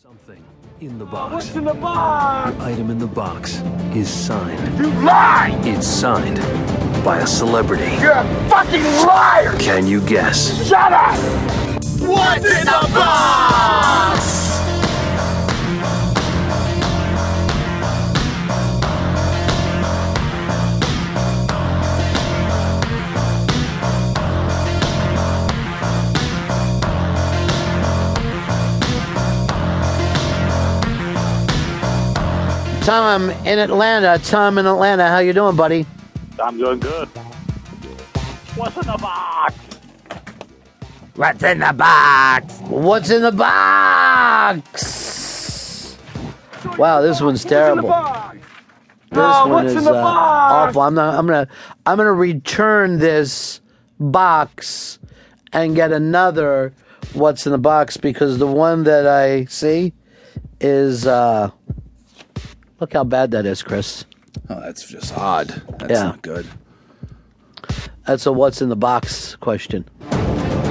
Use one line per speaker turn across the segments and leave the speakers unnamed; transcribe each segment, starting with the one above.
Something in the box.
in the box?
Item in the box is signed.
You lie!
It's signed by a celebrity.
You're a fucking liar!
Can you guess?
Shut up! What's in the box?
Tom in Atlanta. Tom in Atlanta. How you doing, buddy?
I'm doing good. What's in the box?
What's in the box? What's in the box? Wow, this one's terrible.
box?
This
Oh,
one
what's
is
in the
uh,
box?
awful. I'm not. I'm gonna. I'm gonna return this box and get another. What's in the box? Because the one that I see is. uh Look how bad that is, Chris.
Oh, that's just odd. That's
Yeah.
not good.
That's a what's in the box question.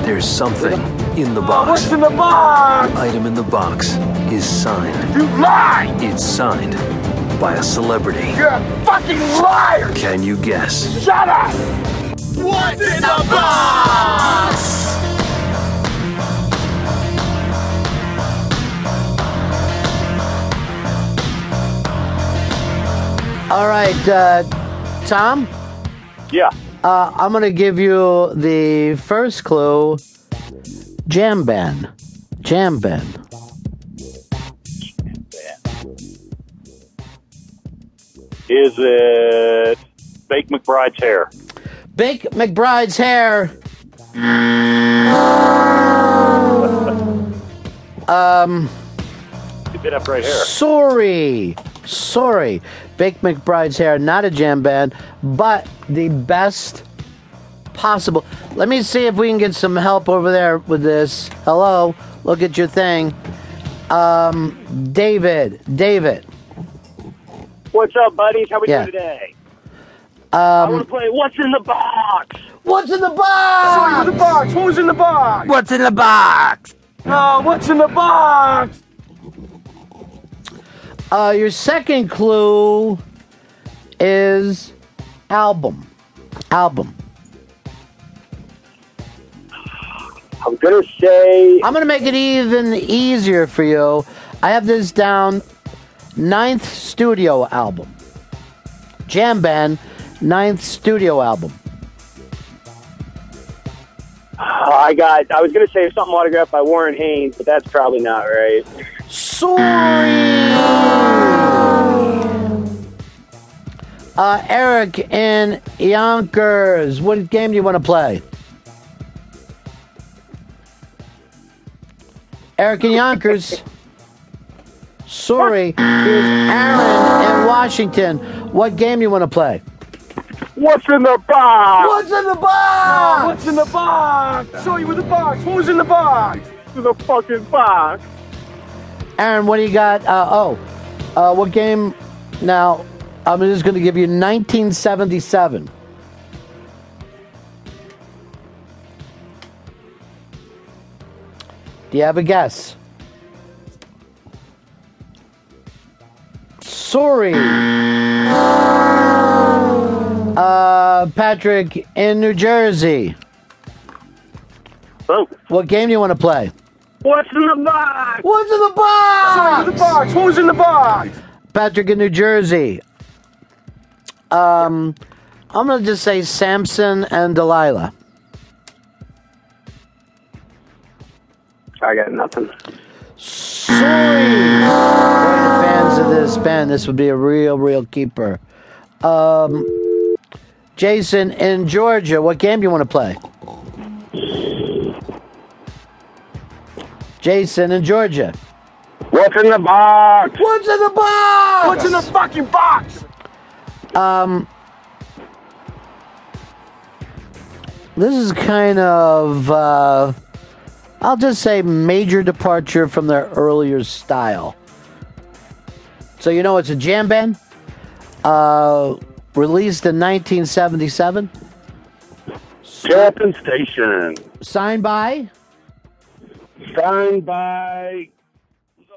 There's something in the box.
What's in the box?
Item in the box is signed.
You lie!
It's signed by a celebrity.
You're a fucking liar!
Can you guess?
Shut up! What's in the box?
All right, uh, Tom.
Yeah.
Uh, I'm gonna give you the first clue. Jam band. Jam band.
Is it Fake McBride's hair?
Bake McBride's hair.
He did have right hair.
Sorry. Sorry. Bake McBride's hair, not a jam band, but the best possible. Let me see if we can get some help over there with this. Hello. Look at your thing. Um, David. David.
What's up, buddies? How we
Yeah.
doing today? Um, I want to play What's in the Box?
What's in the box?
What's in the box? Who's in the box?
What's in the box?
No, what's in the box?
Uh, your second clue is album. Album.
I'm gonna say
I'm gonna make it even easier for you. I have this down ninth studio album. Jam band, ninth studio album.
uh, I got. I was gonna say something autographed by Warren Haynes, but that's probably not right.
Sorry. Uh, Eric in Yonkers, what game do you want to play? Eric in Yonkers. Sorry, here's Aaron in Washington. What game do you want to play?
What's in the box?
What's in the box?
What's in the box? Show you with the box. Who's in the box? In the fucking box.
Aaron, what do you got? Uh, oh, uh, what game? Now, I'm just going to give you 1977. Do you have a guess? Sorry. Uh, Patrick in New Jersey.
Oh.
What game do you want to play?
What's in the box?
What's in the box?
the box? Who's in the box?
Patrick in New Jersey. Um, I'm gonna just say Samson and Delilah.
I got nothing.
Sorry, We're the fans of this band. This would be a real, real keeper. Um, Jason in Georgia. What game do you want to play? Jason in Georgia.
What's in the box?
What's in the box?
What's in the fucking box?
This is kind of, uh, I'll just say, major departure from their earlier style. So, you know, it's a jam band, uh, released in 1977,
Captain Station.
signed by
Signed by